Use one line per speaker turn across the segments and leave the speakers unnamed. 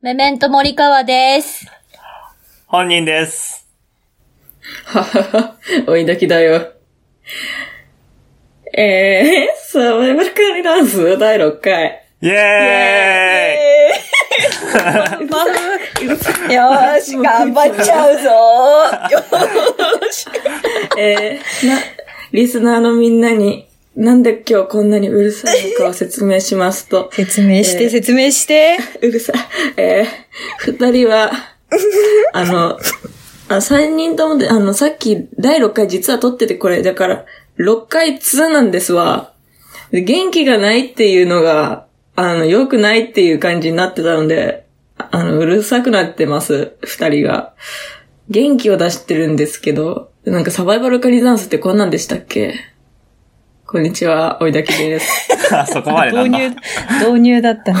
メメント森川です。
本人です。
ははは、 追い時だよ。えー、サバイバル管理ダンス第6回。
イエ
よーし、頑張っちゃうぞ
えー、な、リスナーのみんなに、なんで今日こんなにうるさいのかを説明しますと、
説明して、
えー
説明して。
うるさい、えー、二人は、あの、あ、三人ともで、あの、さっき第6回実は撮っててこれ、だから、6回2なんですわ。で元気がないっていうのが、あの、良くないっていう感じになってたので、あの、うるさくなってます、二人が。元気を出してるんですけど、なんかサバイバルカリダンスってこんなんでしたっけこんにちは、おいだきです。
ーイあそこまで な
導
んだ。
入、導入だったの。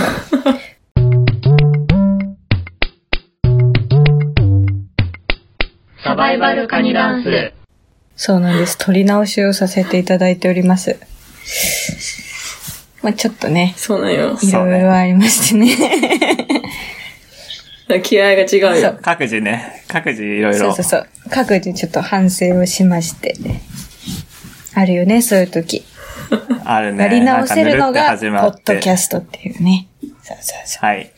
サバイバルカニダンス。
そうなんです。取り直しをさせていただいております。まあちょっとね、
そうなんよ。
いろいろありましてね。
気合が違う
そ
よ
う。
各自ね、各自いろい
そう
ろ
そう。そう。各自ちょっと反省をしまして。あるよね、そういう時。
あるね。
やり直せるの
なんかぬる
が、ポ
って始ま
ッ
って
ドキャストっていうね。そうそうそ
はい。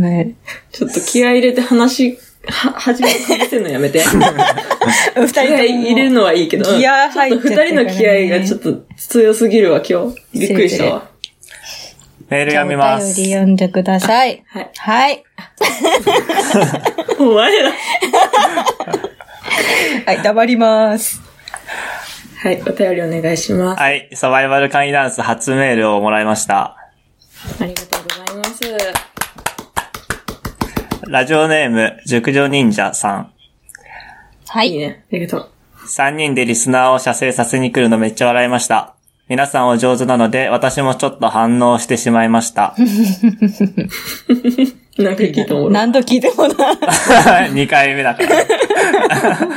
む
ちょっと気合い入れて話、は、始めかけてんのやめて。
二人
気合い入れるのはいいけど。
ギア入っちゃってるからね
ちょっと二人の気合がちょっと強すぎるわ、今日。びっくりしたわ。
メール
じゃあ
読みま
お
す
便。り読んでください。
はい
はい。
お前ら。
はい、黙ります。
はい、お便りお願いします。
はい。サバイバルカニダンス初メールをもらいました。
ありがとうございます。
ラジオネーム、熟女忍者さん。
はい
いい。ね。ありがとう。
3人でリスナーを射精させに来るのめっちゃ笑いました。皆さんお上手なので、私もちょっと反応してしまいました。
なんか聞いたもん。
何度聞いてもな。
2回目だから。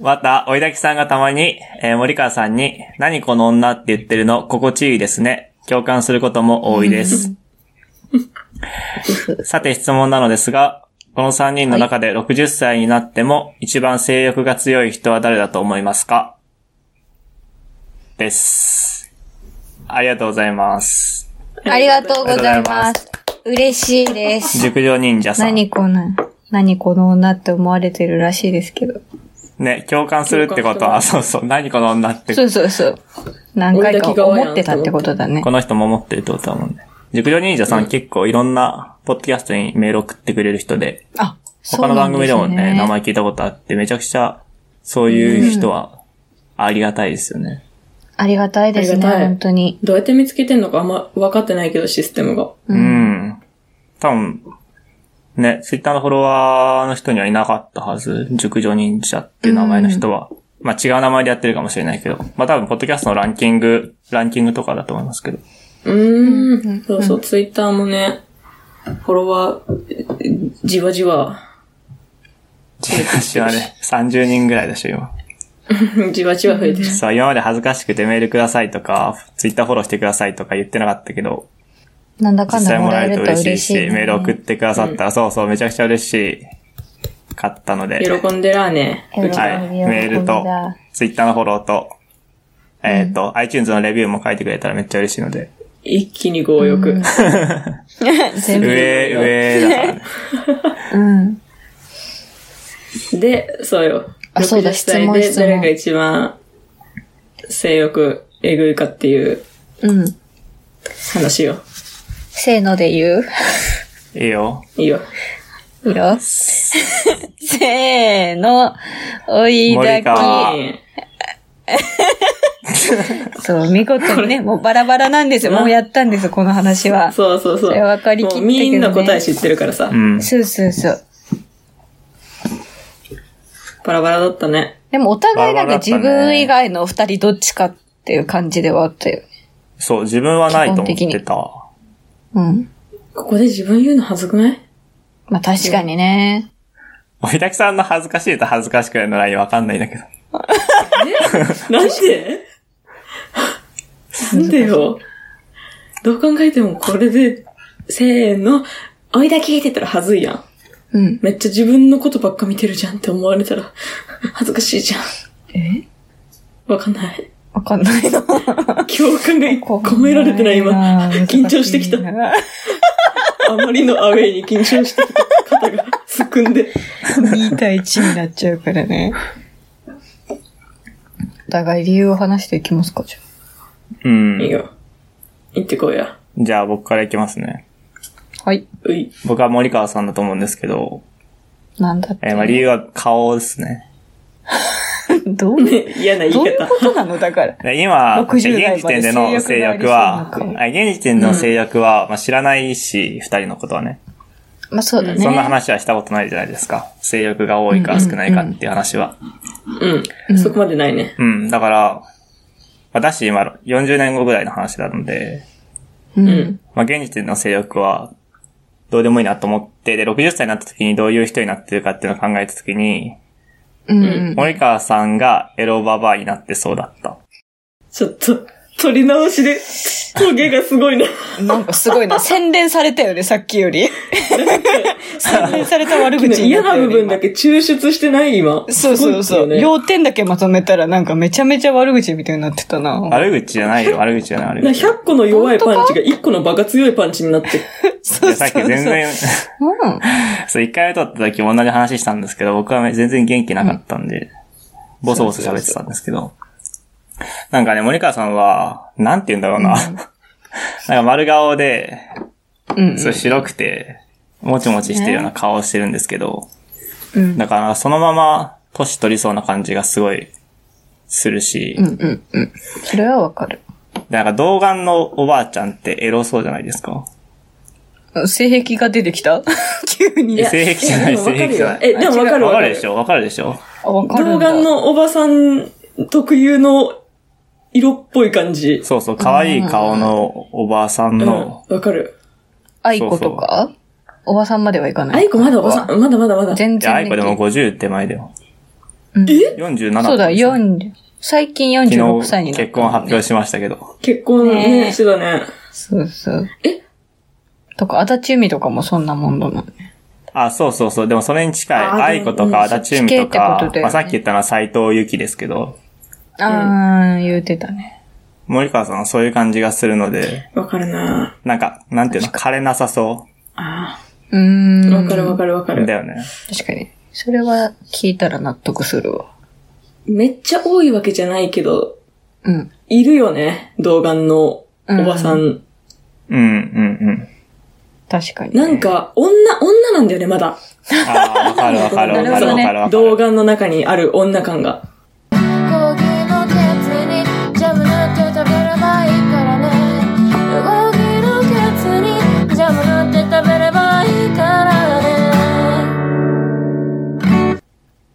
また、おいだきさんがたまに、えー森川さんに、何この女って言ってるの、心地いいですね。共感することも多いです。 さて、質問なのですが、この3人の中で60歳になっても、一番性欲が強い人は誰だと思いますかです。ありがとうございます。
ありがとうござ
あ
い
りがとうござい
ま。
ます
嬉しいです。
熟女忍者さん。
何この、何この女って思われてるらしいですけど。
ね、共感するってことは、そうそう、何この女って
そうそうそう。何回か思ってたってことだね
こ。の人も持ってるってことだもんね。熟女忍者さん結構いろんなポッドキャストにメール送ってくれる人で、
あ、
他の番組でもね、名
前。
前聞いたことあって、めちゃくちゃそういう人はありがたいですよね。
ありがたいで
あ
すね、
りがたい
本当に。
どうやって見つけてんのかあんま分かってないけど、システムが。
うん。多分、ね、ツイッターのフォロワーの人にはいなかったはず、熟女忍者っていう名前の人は。まあ違う名前でやってるかもしれないけど、まあ多分、ポッドキャストのランキング、ランキングとかだと思いますけど。
うーん。そうそう、ツイッターもね、フォロワー、じわじわ、
私はね、30人ぐらいでしょ、今。
じわじわ増えてる。
そう、今まで恥ずかしくてメールくださいとか、ツイッターフォローしてくださいとか言ってなかったけど、
なんだか
実
んだ
際
も
も
ら
ら
え
える
る
と
と
嬉し
嬉
い
し
し、
いね。
メール送ってくださったら、そうそう、めちゃくちゃ嬉しい、かったので、
喜んでらーね。
喜んで
はい、メールと、ツイッターのフォローと、えっ、と、iTunes のレビューも書いてくれたらめっちゃ嬉しいので、
一気に強欲。
全部。
上、上だからね。
うん。
で、そうよ。
あそうだ
60歳
質問
で
質問
誰が一番性欲えぐいかっていう
うん。
話よ。
せーので言 う
いいよ。
いいよ。
いいよ。せーの。おい
森
だき。
川あ
いい
そう、見事にね、もうバラバラなんですよ。
うん
もうやったんですよ、この話は。そう
そうそうそう。
れ分かりきったけどね
もうみんな答え知ってるからさ
う。ん。
そうそう
バラバラだったね。
でもお互いなん
バラバラ
か
だった
自
ね
分以外のお二人どっちかっていう感じではあったよね。
そう、自分はないと思って
基
た。
うん。
ここで自分言うの恥ずくない
まあ確かにね。
おひだきさんの恥ずかしいと恥ずかしくないのラインわかんないんだけど。
なんでなんでよ。どう考えてもこれで、せーの、おいだけって言ったらはずいやん。
うん。
めっちゃ自分のことばっか見てるじゃんって思われたら、恥ずかしいじゃん。
え
わかんない。
わかんないな。
共感が込められてない今。緊張してきた。あまりのアウェイに緊張してきた肩がすくんで。
2対1になっちゃうからね。お互い理由を話していきますか、じゃ
う
いい
ん。
よ。行ってこいや。
じゃあ僕からいきますね。
あ。はい。
うい。
僕は森川さんだと思うんですけど、
なんだって。
えーまあ理由は顔ですね。
どういう、
ね、嫌な言い
どういう
方
こ。となのだから。
で今、現時
60代まで
点での制約は
制約がありそうな、
あ現時点での制約は、まあ、知らないし、二人のことはね。
まあそうだね。
そんな話はしたことないじゃないですか。制約が多いか少ないかっていう話は。
うん。そこまでないね。
うん、だから、まあ、だし今40年後ぐらいの話なので、
うん。
うん。
まあ、現時点の制約は、どうでもいいなと思って、で、60歳になった時にどういう人になってるかっていうのを考えた時に、
うん。うん。
森川さんがエロババアになってそうだった。
ちょっと、取り直しで、トゲがすごいな。
なんかすごいな。洗練されたよね、さっき より。洗練された悪口に
嫌
っ
な
たよ
部
ね
分だけ抽出してない今。
そうそうそう、
すごいっていね
要点だけまとめたらなんかめちゃめちゃ悪口みたいになってたな。
悪口じゃない よ、悪口じゃない、悪
な
口。
100個の弱いパンチが1個のバカ強いパンチになって。
そ
で
う
さ
そう
っき
そう。
全然、
うん。
そう、一回目撮った時も同じ話したんですけど、僕は全然元気なかったんで、ボソボソ喋ってたんですけど、なんかね、森川さんは、なんて言うんだろうな。 なんか丸顔で、
うん
そう白くて、もちもちしてるような顔をしてるんですけど、
うん
だからそのまま年取りそうな感じがすごいするし、
うんうんうん。それはわかる。
でなんか童顔のおばあちゃんってエロそうじゃないですか。
性癖が出てきた 急に。
や性癖じゃない
えでもわかる
性癖じゃ
よ
ない
え、でもわかる
わか
わか
る
る
でしょわかるでしょ
あ、わかる
童
んだ。
顔のおばさん特有の色っぽい感じ。
そうそう、可愛い顔のおばあさん
うん。
の
わかる。
アイコとかおばさんまではいかない。
あいこまだおばさん、まだまだまだ。
全
いや、アイ
然
コ
で
で
き
も
る。
50手前だよ。
え
?47
そうだ、
4
40。最近46歳になった、
結婚発表しましたけど。
結婚
ねえ
ね、してたね。
そうそう。
え
とか、足立由美とかもそんなもんだもんね。
あ、そうそうそう。でもそれに近い。
あでも
アイコとか、
うん
足立由美と
そっち系ってことだ
か
よ、ね
まあさっき言ったのは斎藤由紀ですけど、
あー、言うてたね。
森川さんはそういう感じがするので、
わかるな
なんか、なんていうの、枯れなさそ
あ
うー
あ。
ん。
わかるわかるわか
う。だ
る。
よね。
確かに。それは聞いたら納得するわ。
めっちゃ多いわけじゃないけど、
うん。
いるよね。童顔のおばさん。
うん、うん、
確かに。
なんか、女、女なんだよね、まだ。
うん。ああ、わかるわかるわかるわかるわか
童
る。
顔の中にある女感が。
コーヒーのケツにジャムなんて食べればいいからねコーヒーのケツにジャムなんて食べればいいからね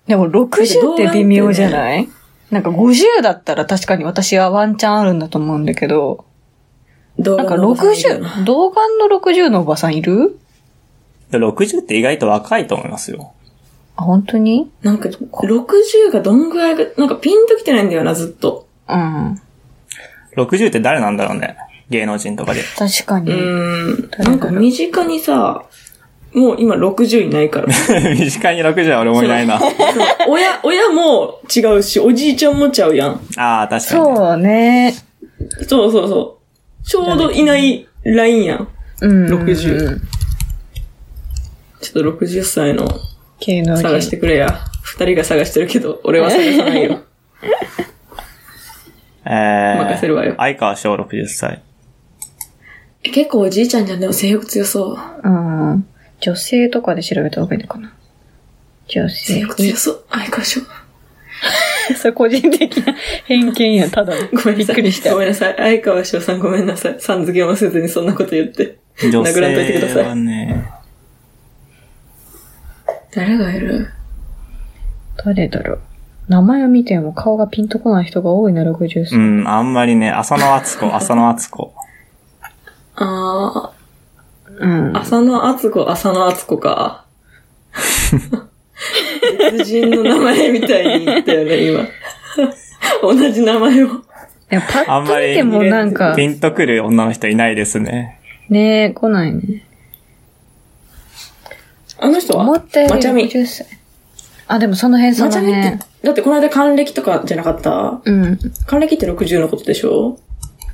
でも60って微妙じゃないなんか50だったら確かに私はワンチャンあるんだと思うんだけど、
童
なんか
顔のおばさんいるよな
60、童顔の60のおばさんいる
で60って意外と若いと思いますよ。
あ、本当に
なんか、60がどんぐらいが、なんかピンときてないんだよな、ずっと。
うん。
60って誰なんだろうね。芸能人とかで。
確かに。
うーん。
誰だろ
な
うん
か身近にさ、もう今60いないから。
身近に60は俺もいないな。
そう親、親も違うし、おじいちゃんもちゃうやん。
ああ、確かにね。
そうね。
そうそうそう。ちょうどいないラインやん。
うん。
60。ちょっと60歳の
芸能
探し
人。
てくれや。二人が探してるけど、俺は探さない よ。
えー、
任せるわよ
相川翔60歳。
結構おじいちゃんじゃん、でも性欲強そう。
うん。女性とかで調べた方がいいのかな。女
性
性。
欲強そう。あ、いかしょ。
そう、個人的な偏見や、ただ の。
ごめんな
びっ
さい。
くりした
ご。めんなさい。相川翔さんごめんなさい。さん付けもせずにそんなこと言って。
女
殴らんといてくだ
性
さ。
はいね、
誰がいる
誰だろう。名前を見ても顔がピンとこない人が多いな、60歳
う。ん、あんまりね、浅野敦 子、浅野敦子。
あ
うん
ー、。浅野敦子、浅野敦子か。別人の名前みたいに言ったよね、今。同じ名前を。
いや、パッと見てもなんか、
ピンとくる女の人いないですね。
ねえ、来ないね。
あの人は
思ったより
まちゃみ。
60歳。あ、でもその辺そ
ま
の
ちゃみ
辺。
って、だってこの間還暦とかじゃなかった
うん。
還暦って60のことでしょ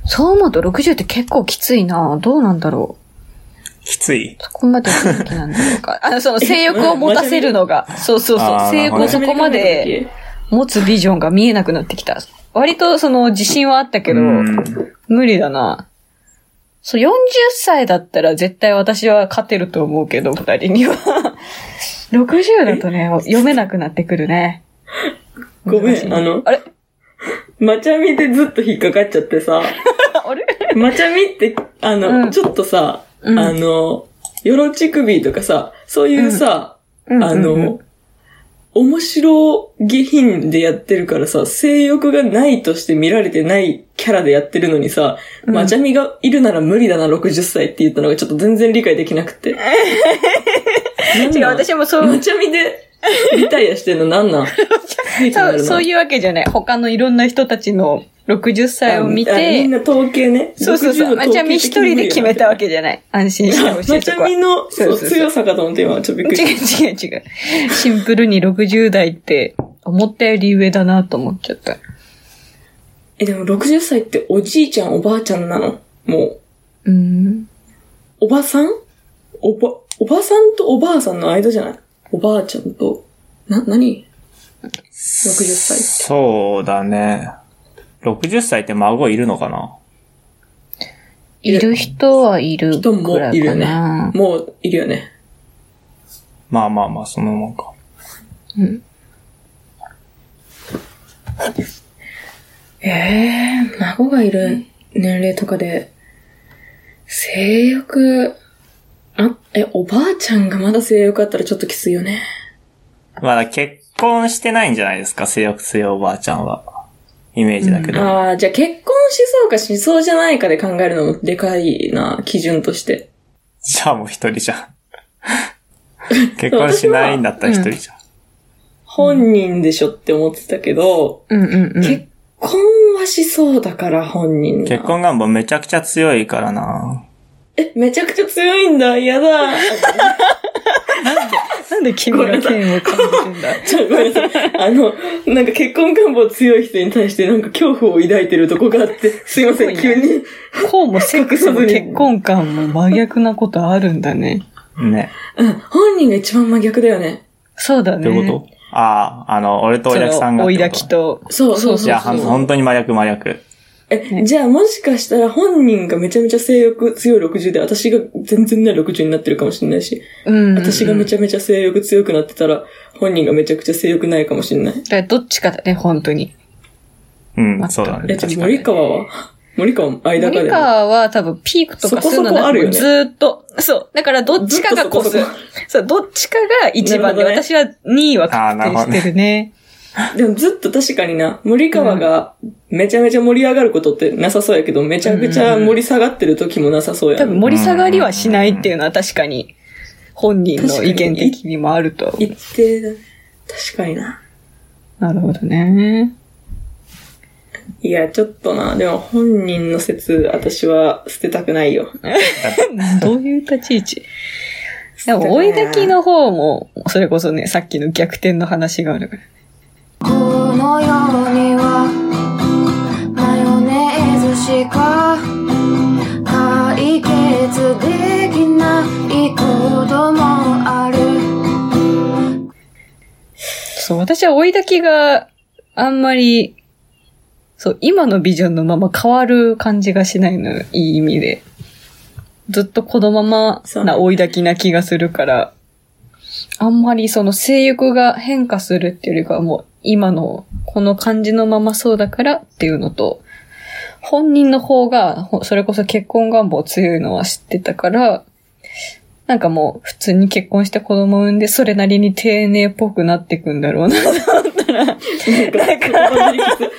そう思うと60って結構きついなどうなんだろう。
きつい。
そこまで元気なんだろう か。あの、その性欲を持たせるのが、そうそうそ
あ
う。
ー
性欲
な
を
るほ
そこまで。持つビジョンが見えなくなってきた。割とその自信はあったけど、
うん
無理だな。そう、40歳だったら絶対私は勝てると思うけど、二人 には。60だとね、読めなくなってくるね。
ごめ
難しい
ん、あの、
あれ
まちゃみでずっと引っかかっちゃって さ、
あれ
まちゃみって、あの、
うん
ちょっとさ、
うん
あの、よろち首とかさ、そういうさ、
うん
あ
うんうん
の、面白下品でやってるからさ、性欲がないとして見られてないキャラでやってるのにさ、まちゃみがいるなら無理だな、60歳って言ったのがちょっと全然理解できなくて。
違う、私もそう、
まちゃみで、リタイアしてんのなん なん
そう、そう
う
いうわけじゃない。他のいろんな人たちの60歳を見
みん
て、
な統計ね。
そうそうそう。
60の
ま
統計
ちゃみ一人で決めたわけじゃない。安心してほしい
ま
と
ち
こ
ゃ
は。
みの
そうそうそう
そう強さかと思って今ちょっとびっくり
違
し
う違う違う。シンプルに60代って思ったより上だなと思っちゃった。
た。え、でも60歳っておじいちゃんおばあちゃんなのもう、
うん。
おばさんおば、おばさんとおばあさんの間じゃないおばあちゃんと、な、何 ?60 歳。
そうだね。60歳って孫いるのかない
る人はいる
人
く
も
ら
い
い
るよ
か
ね
な。。
もういるよね。
まあまあまあ、そのもんか。
ええ孫がいる年齢とかで、性欲、あ、え、おばあちゃんがまだ性欲あったらちょっときついよね。
まだ結婚してないんじゃないですか、性欲強いおばあちゃんは。イメージだけど。
ああ、じゃあ結婚しそうかしそうじゃないかで考えるのもでかいな、基準として。
じゃあもう一人じゃん。 結婚しないんだったら一人じゃん。
本人でしょって思ってたけど、
うん うんうん。
結婚はしそうだから本人が
結婚願望めちゃくちゃ強いからな
え、めちゃくちゃ強いんだ、嫌だ。
なんで君が剣を感じるんだ
ちょ、ごめんなさい。あの、なんか結婚願望強い人に対してなんか恐怖を抱いてるとこがあって、すいません、急に。
こうもセックスも結婚観も真逆なことあるんだね。
ね。
うん、本人が一番真逆だよね。
そうだ
っ
ね。
てこと、ああ、あの、俺とおいだきさ
そ
んが
の、
っ
追
て
い
こと。
だきと。
そうそうそう
いや、ほん本当に真逆真逆。
え、じゃあもしかしたら本人がめちゃめちゃ性欲強い60で、私が全然ない60になってるかもしれないし、
うん。
私がめちゃめちゃ性欲強くなってたら、本人がめちゃくちゃ性欲ないかもしれない。
だからどっちかだね、本当に。
うん、そうだ
え、
ね。
ちょっ
確
と
かに
森。川は森川も間か
森
で。
川は多分ピークとかそういうの
そこそこあるよね
ずーっと。そう。だからどっちかがコス
ずっとそこそ。
そう、どっちかが一番で、
なるほどね
私は2位は確定してるね。
でもずっと確かにな、森川がめちゃめちゃ盛り上がることってなさそうやけど、めちゃくちゃ盛り下がってる時もなさそうや
多
な。
分盛り下がりはしないっていうのは確かに本人の意見的にもあるとは思う。
一定だね。確かにな。
なるほどね。
いや、ちょっとな、でも本人の説、私は捨てたくないよ。
どういう立ち位置でも追いだきの方も、それこそね、さっきの逆転の話があるから。
この世にはマヨネーズしか解決できないこともある
そう、私は追いだきがあんまり、そう、今のビジョンのまま変わる感じがしないのよ、いい意味で。ずっとこのまま
そうね
な追いだきな気がするから、あんまりその性欲が変化するっていうよりかはもう今のこの感じのままそうだからっていうのと、本人の方がほそれこそ結婚願望強いのは知ってたから、なんかもう普通に結婚して子供産んでそれなりに丁寧っぽくなっていくんだろうな
なんか、言葉尻きつえこの二人っ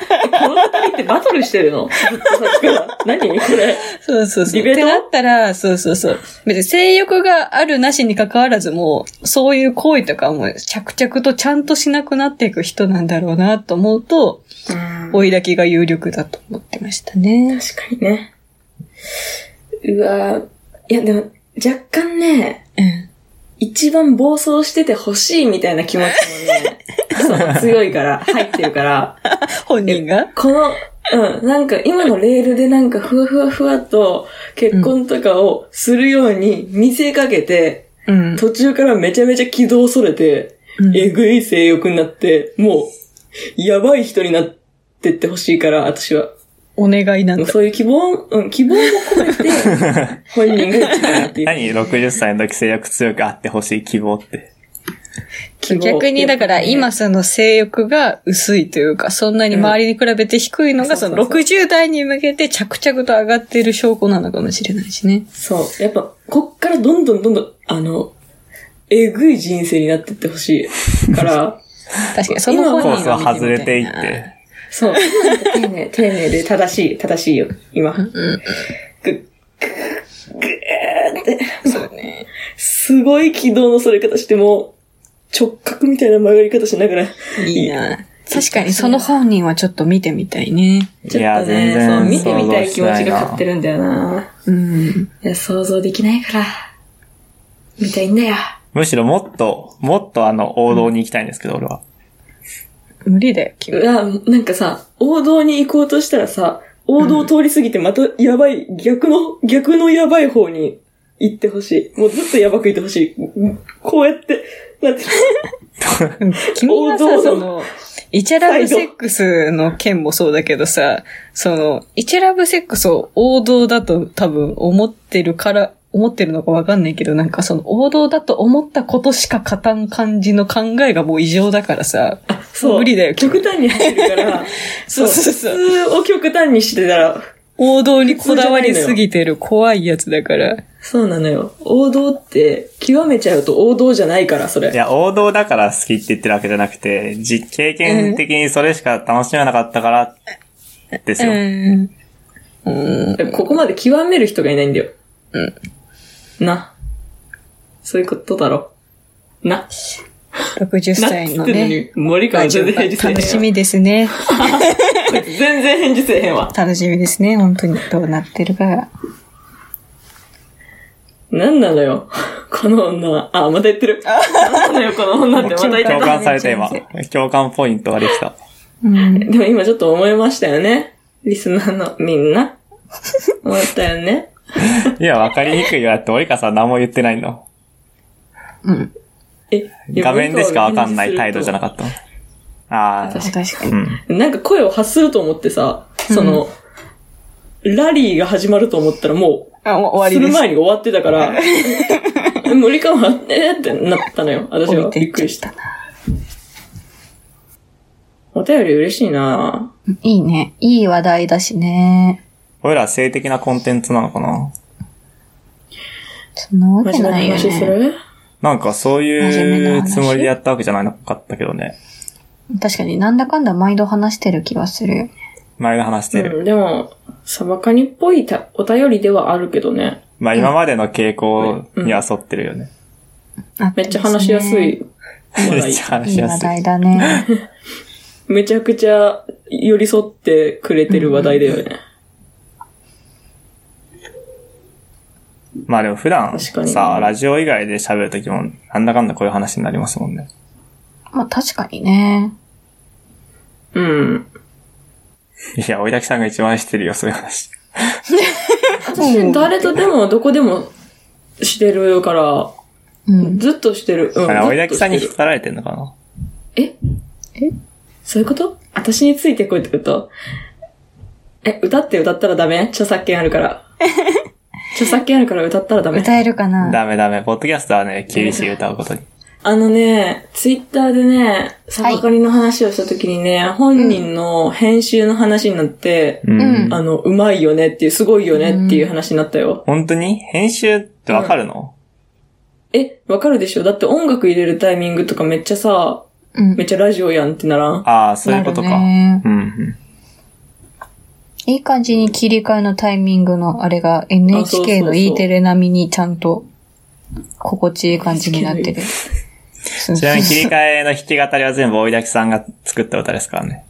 てバトルしてるのずっとさっきから。何これ。
そうそうそう。
ディベート
ってなったら、そうそうそう。別に性欲があるなしに関わらずもう、そういう行為とかも着々とちゃんとしなくなっていく人なんだろうなと思うと、追いだきが有力だと思ってましたね。
確かにね。うわーいや、でも、若干ね、
うん。
一番暴走してて欲しいみたいな気持ちもね、そう強いから、入ってるから、
本人が
この、うん、なんか今のレールでなんかふわふわふわと結婚とかをするように見せかけて、
うん。
途中からめちゃめちゃ軌道それて、えぐい性欲になって、もう、やばい人になってってほしいから、私は。
お願いなんだ。
そういう希望、うん、希望も込めて、本人が一番っていう
何 ?60 歳の時性欲強くあってほしい希望って。
希望。
逆にだから今その性欲が薄いというか、そんなに周りに比べて低いのが、
うん
そ
そ
の
うそう
60代に向けて着々と上がっている証拠なのかもしれないしね。
そう。やっぱ、こっからどんどんどんどん、あの、えぐい人生になってってほしい から、
確かに、その
コ
本
ース
人
は
を見てみたいな
外れていって。
そう。丁寧、丁寧で正しい、正しいよ、今。ぐ、ぐ、ぐーって。そうね。すごい軌道のそれ方しても、直角みたいな曲がり方しながら。
いいな。確かにその本人はちょっと見てみたいね。
いや、全
そう、
然
見てみた
想像
い
し
気持
な
ちが
な
勝ってるんだよな。
うん。
いや、想像できないから。見たいんだよ。
むしろもっと、もっとあの、王道に行きたいんですけど、俺は。
無理だよ、
う
君。
わ、なんかさ、王道に行こうとしたらさ、王道通り過ぎてまたやばい、逆の、逆のやばい方に行ってほしい。もうずっとやばくいてほしい。こうやって、なんて、
君は
王道
さ、
の
その、イチャラブセックスの件もそうだけどさ、その、イチャラブセックスを王道だと多分思ってるから、思ってるのかわかんないけど、なんかその王道だと思ったことしか勝たん感じの考えがもう異常だからさ、無理だよ、君
極端に入るから、
そうそうそう
普通を極端にしてたら、
王道にこだわりすぎてる怖いやつだから。
そうなのよ。王道って、極めちゃうと王道じゃないから、それ。
いや、王道だから好きって言ってるわけじゃなくて、じ経験的にそれしか楽しめなかったから、ですよ。
うん。
ここまで極める人がいないんだよ。うん。な。そういうことだろ。な。
60
なっ
歳
つ
の
ってんのに
ね。、
森川
ラジ
全
オ
然
が
返事せえへん
楽
わ。
しみですね。
全然返事せえへんわ。
楽しみですね。本当にどうなってるか。
なんなのよ。この女は。あ、また言ってる。なんなのよ、この女ってまた言
共
って
感された今。共感ポイントができた。
うん。
る。でも今ちょっと思いましたよね。リスナーのみんな。思ったよね。
いや、わかりにくいよ。だって、折川さん何も言ってないの。
え、
画面でしかわかんない態度じゃな
っ
かったの。ああ、
確かに。
うん。
た。なんか声を発すると思ってさ、その、ラリーが始まると思ったらもう、
あ、もう終
す
わ
る
りです。
前に終わってた から、森川は、えーってなったのよ。私は。
降りて
びっ
いっ
く
ちゃ
り
っ
した
た。
お便り嬉しいない
いね。いい話題だしね。
俺ら性的なコンテンツなのかな
そんなわ
真
け
面目
ない
な
よ
話す
ね。
る
なんかそう
真面目
い
な
う
話
つもりでやったわけじゃなかったけどね。
確かになんだかんだ毎度話してる気がするよね。
前が話してる。
うん、でも、サバカニっぽいたお便りではあるけどね。
まあ今までの傾向には沿ってるよね。
あ
めっちゃ話しやすい。
めっちゃ 話
い
し
い
やすい。
話題だね。
めちゃくちゃ寄り添ってくれてる話題だよね。
まあでも普段
確かに
さ、ラジオ以外で喋るときも、なんだかんだこういう話になりますもんね。
まあ確かにね。
うん。
いや、追いだきさんが一番してるよ、そういう話。
私、誰とでも、どこでもしてるから、
うん。
ずっとしてる。うん。
あれ、追いだ
ず
き
っと
さんに
して
引
る
っ張られてんのかな
え
え
そういうこと私についてこいってことえ、歌って歌ったらダメ著作権ある から。著作権あるから歌ったらダメ。
歌えるかな
ダメダメ。ポッドキャストはね、厳しい歌うことに。
あのね、ツイッターでね、サバカリの話をした時にね、本人の編集の話になって、
うんん。
あの、うまいよねっていう、すごいよねっていう話になったよ。
本当に編集ってわかるの
え、わかるでしょだって音楽入れるタイミングとかめっちゃさ、
うん
めっちゃラジオやんってならん。
ああ、そういうことか。
なるね
うんうん。
いい感じに切り替えのタイミングのあれが NHK
あそうそうそ
の
う
E テレ並みにちゃんと心地いい感じに なってる。そう
ちなみに切り
そう
替えの弾き語りは全部追いだきさんが作った歌ですからね。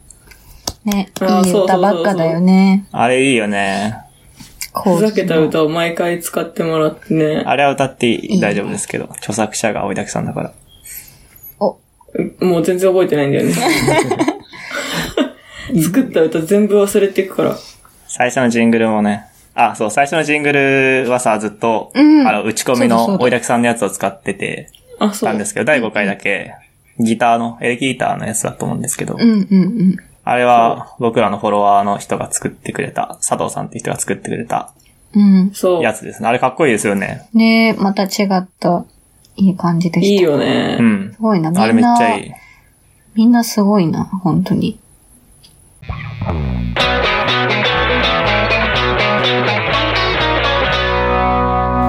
ね、
あー
いい歌ばっかだよね。
あれいいよね。
こ
ふざけた歌を毎回使ってもらってね。
あれは歌って大丈夫ですけど、著作者が青井滝さんだから。
もう全然覚えてない んだよね。作った歌全部忘れていくから。
最初のジングルもね、あ、そう、最初のジングルはさ、ずっと、
うん
あの、打ち込み
そうだそ
の
うだ
青井滝さんのやつを使ってて、
あ、そ
たん
う
で。すけど、第5回だけ、ギターの、エレキギターのやつだと思うんですけど、
うんうんうん。
あれは僕らのフォロワーの人が作ってくれた、佐藤さんって人が作ってくれた
うん。
そう。
やつですね。あれかっこいいですよね。
ねえ、また違った、いい感じでした。
いいよ
う
ね。
ん
す。ごいな、みんな。
あれめっちゃいい。
みんなすごいな、本当に。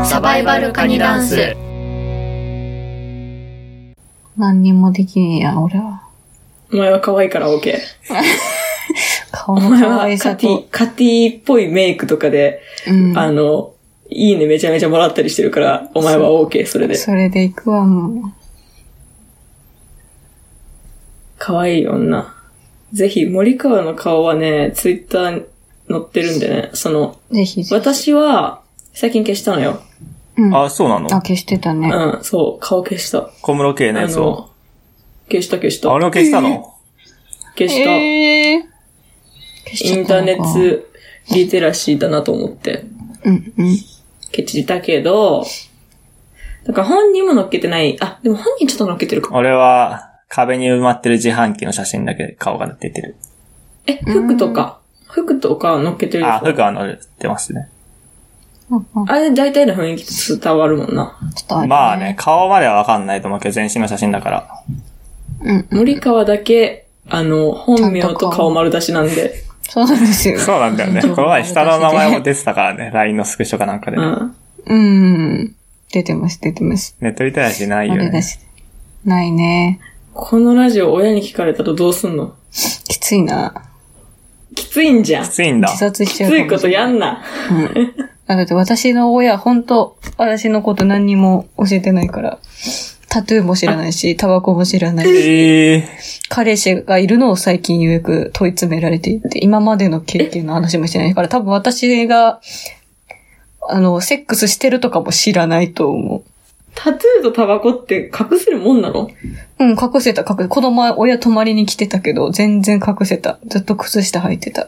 サバイバルカニダンス
何にもできんや、俺は。
お前は可愛いから OK。
顔
お
の
前
可
は
愛
カ
さ
テ
と
ィ、。カティっぽいメイクとかで、
うん。
あの、いいねめちゃめちゃもらったりしてるから、お前は OK、それで。
それで行くわ、も
可愛い女。ぜひ、森川の顔はね、ツイッターに載ってるんでね、その、
う。ぜひぜひ。
私は、最近消したのよ。
うん。あ、
あ、そうなの
消してたね。
うん、そう、顔消した。
小室圭の
あ
やつを。
の、消した消した。
あれを消したの
消した。
えー消し
イ
ち
ン
ゃった
ター
のか
ネットリテラシーだなと思って、
うんうん。
ケチだけど、だから本人も載っけてない。あ、でも本人ちょっと載っけてるか。
俺は、壁に埋まってる自販機の写真だけ顔が出てる。
え、服とか。服とか載っけてるでしょ
あ、服は載ってますね。
うんうん
あれで大体の雰囲気伝わるもんな。
ちょっとあれ
まあね、。顔まではわかんないと思うけど、全身の写真だから。
うん。
森川だけ、あの、本名と顔丸出しなんで。
そうなんですよ。
そうなんだよね。 この前下の名前も出てた からね、LINE のスクショかなんかで
う。ん。
うん。出てます、出てます。
ネットリテラシーない
あ
よ
れだ
ね。
し。ないね。
このラジオ親に聞かれたとどうすんの
きついな。
きついんじゃん。
き
き
ついんだ。
自殺しちゃう
つ
かも
い
しれない。
ことやんな。
あだって私の親、本当私のこと何にも教えてないから。タトゥーも知らないし、タバコも知らないし、
えー。
彼氏がいるのを最近ようやく問い詰められていて、今までの経験の話もしてないから、多分私が、あの、セックスしてるとかも知らないと思
タトゥーとタバコって隠せるもんなの
う。うん、隠せた、隠せ子供は親泊まりに来てたけど、全然隠せた。ずっと靴下履いてた。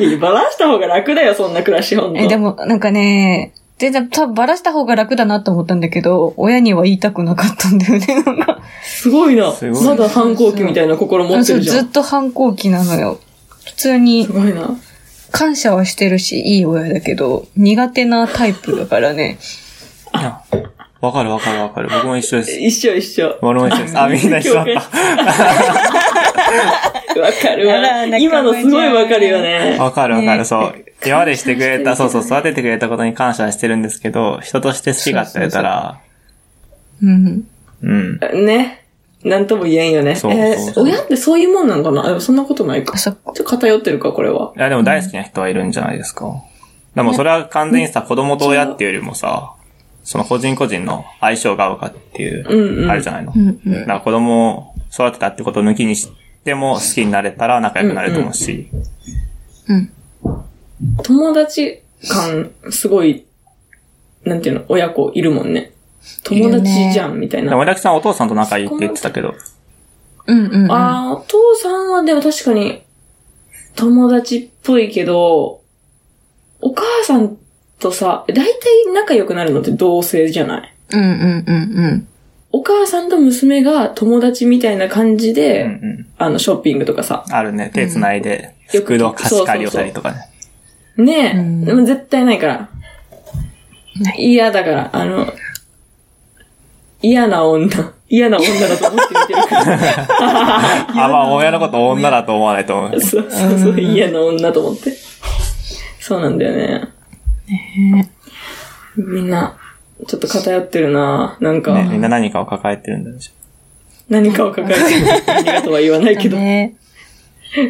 いやバラした方が楽だよ、そんな暮らし、ほんと。
え、でも、なんかね、全然多分バラした方が楽だなと思ったんだけど、親には言いたくなかったんだよね、 なんか。
すごいな。
すごい
まだ反抗期みたいな心持ってるじ
そう
ゃ
ず
ん
っ。と反抗期なのよ。普通に
すごいな。
感謝はしてるし、いい親だけど、苦手なタイプだからね。
いやわかるわかるわかる。僕も一緒です。
一緒一緒。
俺も一緒です。あ、みんな一緒だっ た。
わかる
あら
わ。
仲間じゃん
今のすごいわかるよね。
わかるわか
ね
る、そう。今までしてくれた、そうそう、育ててくれたことに感謝してるんですけど、人として好きかって言われたら、
うん。
うん。
ね。なんとも言えんよね。
そう
えー
そうそう
親ってそういうもんなんかなあでもそんなことないか。
あ、
ちょ
そっ
っと偏ってるか、これは。
いや、でも大好きな人はいるんじゃないですか。でもそれは完全にさ、子供と親っていうよりもさ、その個人個人の相性が合うかってい
うんうん
う、あるじゃないの。
んうん
だから子供を育てたってことを抜きにしても好きになれたら仲良くなれると思うし、
うん。
友達感、すごい、なんていうの、親子いるもんね。友達じゃん、みたい
で
な。
も森崎さんお父さんと仲いいって言ってたけど、
うんうんうん。
ああ、お父さんはでも確かに友達っぽいけど、お母さんとさ、大体仲良くなるのって同性じゃない
うんうんうん
お母さんと娘が友達みたいな感じで、
うんう
あの、ショッピングとかさ。
ん。あるね、手繋いで、
うんよく
服の貸し借りをしたりとかね。
ねえ、
うん
でも絶対ないから。嫌だから、あの、嫌な女。嫌な女だと思って見てる から。
あ、まあ、親のこと女だと思わないと思う。
そうそうそう、嫌な女と思って。そうなんだよね。みんな、ちょっと偏ってるななんか、
ね、みんな何かを抱えてるんだでし
何かを抱えてる。 何がとは言わないけ
うん。
ど、
ね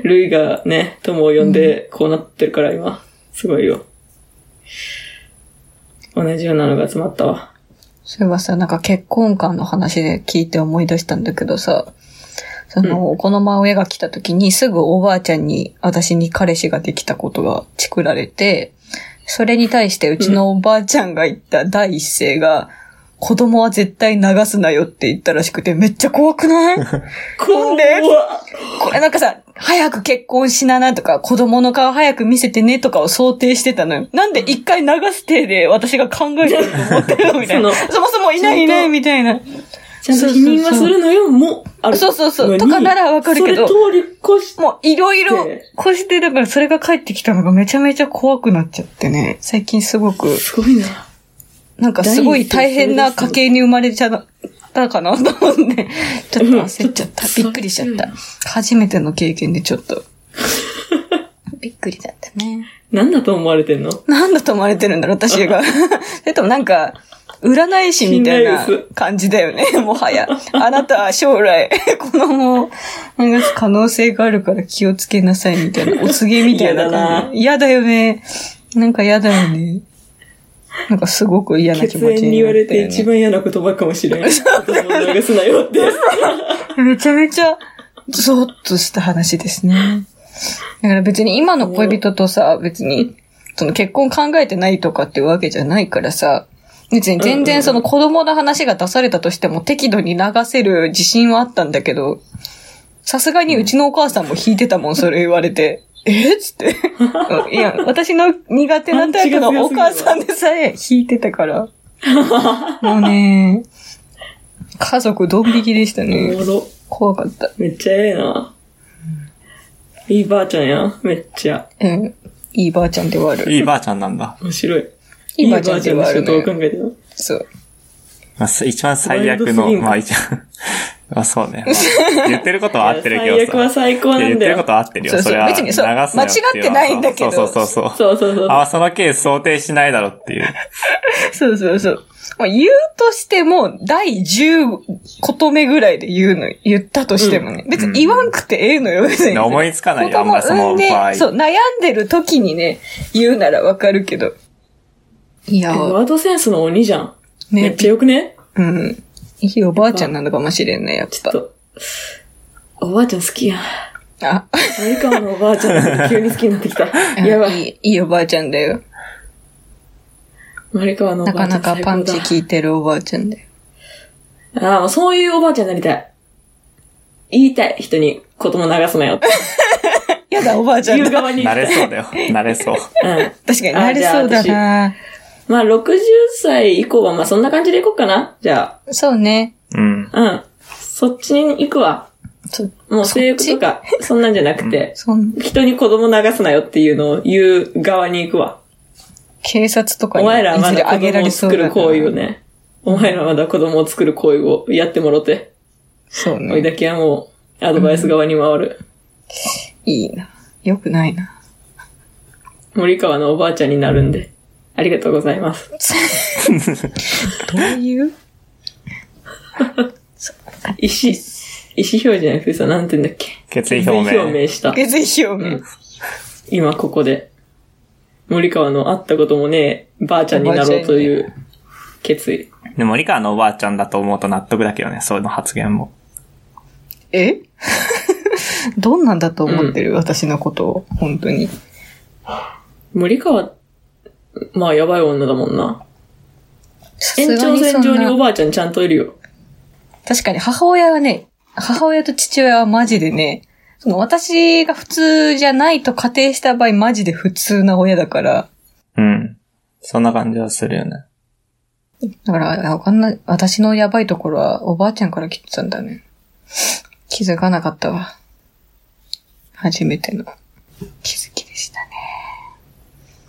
ルイがね、友を呼んで、こうなってるから今、すごいよ。同じようなのが集まったわ。
そういえばさ、なんか結婚観の話で聞いて思い出したんだけどさ、その、この前親が来た時にすぐおばあちゃんに私に彼氏ができたことがチクられて、それに対してうちのおばあちゃんが言った第一声が、子供は絶対流すなよって言ったらしくて、めっちゃ怖くないんで
怖っ
これなんかさ、早く結婚しななとか、子供の顔早く見せてねとかを想定してたのよ。なんで一回流す手で私が考えてると思ってるのみたいな。
そ
そもそもいないいないみたいな。
ちゃんと否認はするのよ、もある。
そうそうそう
のに
とかならわかるけど
それ通り越し、
もういろいろ
で、
こうして、だからそれが帰ってきたのがめちゃめちゃ怖くなっちゃってね。最近すごく、
すごいな。
なんかすごい大変な家系に生まれちゃったかなと思って、ちょっと焦っちゃった。びっくりしちゃった。初めての経験でちょっと。びっくりだったね。
なんだと思われてんの
なんだと思われてるんだろう、私 が。それともなんか、占い師みたいな
信頼です
感じだよね、 もはや。あなたは将来、 子供を産む可能性があるから気をつけなさいみたい な、お告げみたいな感じ。嫌だよね。なんか嫌だよね。なんかすごく嫌な気
血
持
縁
ち
に
に
言
な
わ
って
れ
る、ね。
て一番嫌な言葉かも しれない。子供を流すなよって。
めちゃめちゃ、ゾーッとした話ですね。だから別に今の恋人とさ、別に、その結婚考えてないとかってわけじゃないからさ、別に全然その子供の話が出されたとしても適度に流せる自信はあったんだけど、さすがにうちのお母さんも引いてたもん、それ言われて。えっつって。うんいや、私の苦手なタイプのお母さんでさえ引いてたから。もうね、家族ドン引きでしたね。
おもろ。
怖かった。
めっちゃええな。いいばあちゃんやん。めっちゃ。
うん。いいばあちゃんではある。
いいばあちゃんなんだ。
面白い。
いいばあちゃんで
いいば
は
あ
あ
ちゃ
る
んの仕事を
ね。
考えてる。
そう。
まあ、一番最悪
ワイルドス
の
イン、グ
まあ一番、 まあそうね、まあ言ってることは合ってるけど
最悪は
さ。
最高
いや
な
言
ん
っ
だ
てるこ
よ。
とは合ってるよ。
そうそう
れは
別にそう
流すなよて
間違ってないんだけど
そうそうそうそう。
そうそうそう。
ああ、そのケース想定しないだろっていう。
そうそうそう。まあ、言うとしても、第10こと目ぐらいで言うの、言ったとしてもね。別に言わんくてええのよ、別に。
思いつかない
子
よ、あん
供
まそ
産
の
んで
場合。、
そう、悩んでる時にね、言うならわかるけど。いや、
ワードセンスの鬼じゃん。めっ
ね、
ちゃよくね
うん。いいおばあちゃんなのかもしれんね、やっ
ちょっ
ぱ。
と。おばあちゃん好きやん。
あ、
何かのおばあちゃん が急に好きになってきた。やばい。
いい、いいおばあちゃんだよ。
マリカワのおば
なか
あちゃ最
なんか
高
パ
だ。
ンチ効いてるおばあちゃんだよ。
ああ、そういうおばあちゃんになりたい。言いたい。人に子供流すな よって。
やだ、おばあちゃん
言
だ
う。側に行
慣
き
れそうだよ。慣れそう。
たい。うん。
確かになりそうだな
まあ、60歳以降は、まあ、そんな感じでいこうかな。じゃ
そうね。
うん。
あ。うん。そっちに行くわ。
そ、
もう性
そ
欲
っ
とか、そんなんじゃなくて、
そん、
人に子供流すなよっていうのを言う側に行くわ。
警察とか
お
に
前らはま
いずれ
だ
あ
子
げら
供
れ
を
そう
作る
だな
行為をね。お前らはまだ子供を作る行為をやってもろて。
そう
おい
ね。
だけはもう、アドバイス側に回る。
いいな。よくないな。
森川のおばあちゃんになるんで。ありがとうございます。
どういう
意思、意思表示じゃなくてさ、なんて言うんだっけ。
決意表明。
表明した。
決意表明。
今ここで。森川の会ったこともねえ、ばあちゃんになろうという決意。
で、森川のおばあちゃんだと思うと納得だけどね、そういうの発言も。
え どんなんだと思ってる、私のことを。本当に。
森川、まあやばい女だもんな。
さ
延
すが
長
にそ
線上
ん
にお
な。
ばあちゃんちゃんといるよ。
確かに母親はね、母親と父親はマジでね、その私が普通じゃないと仮定した場合、マジで普通な親だから。
うん。そんな感じはするよね。
だから、わかんない。私のやばいところは、おばあちゃんから来てたんだね。 気づかなかったわ。初めての気づきでしたね。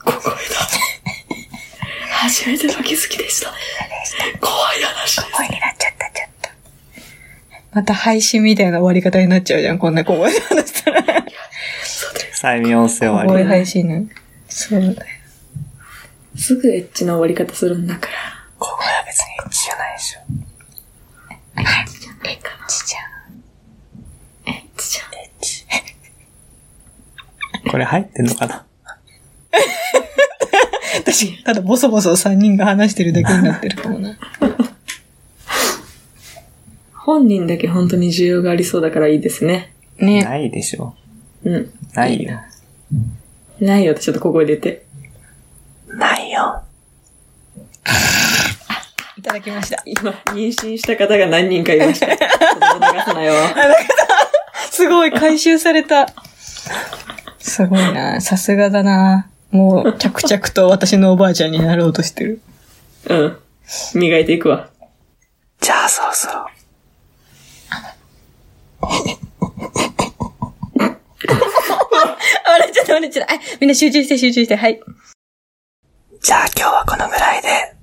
ここだ。初めての気づきでしたね。怖い話です。
声になっちゃった、ちゃった。また配信みたいな終わり方になっちゃうじゃん、こんな小声で話した ら。
催眠音声
小
終わ
声
り。
配信ね。そうだよ。
すぐエッチな終わり方するんだから。
ここは別に一じゃないでしょ。
ええかな。
ちっちゃ。
エッチじゃん。
これ入ってんのかない
私、ただボソボソ3人が話してるだけになってるかもな。
本人だけ本当に需要がありそうだからいいですね。
ね。
ないでしょ。
うん。
ないよ。
ないよってちょっとここ入れて。
ないよ。
いただきました。
今、妊娠した方が何人かいました。子供流さないわ。
すごい、回収された。すごいな。さすがだな。もう、着々と私のおばあちゃんになろうとして る。
うん。磨いていくわ。
じゃあそろそろ。
あれちょっと、あれちょっと、あ、みんな集中して、集中して、はい。
じゃあ今日はこのぐらいで。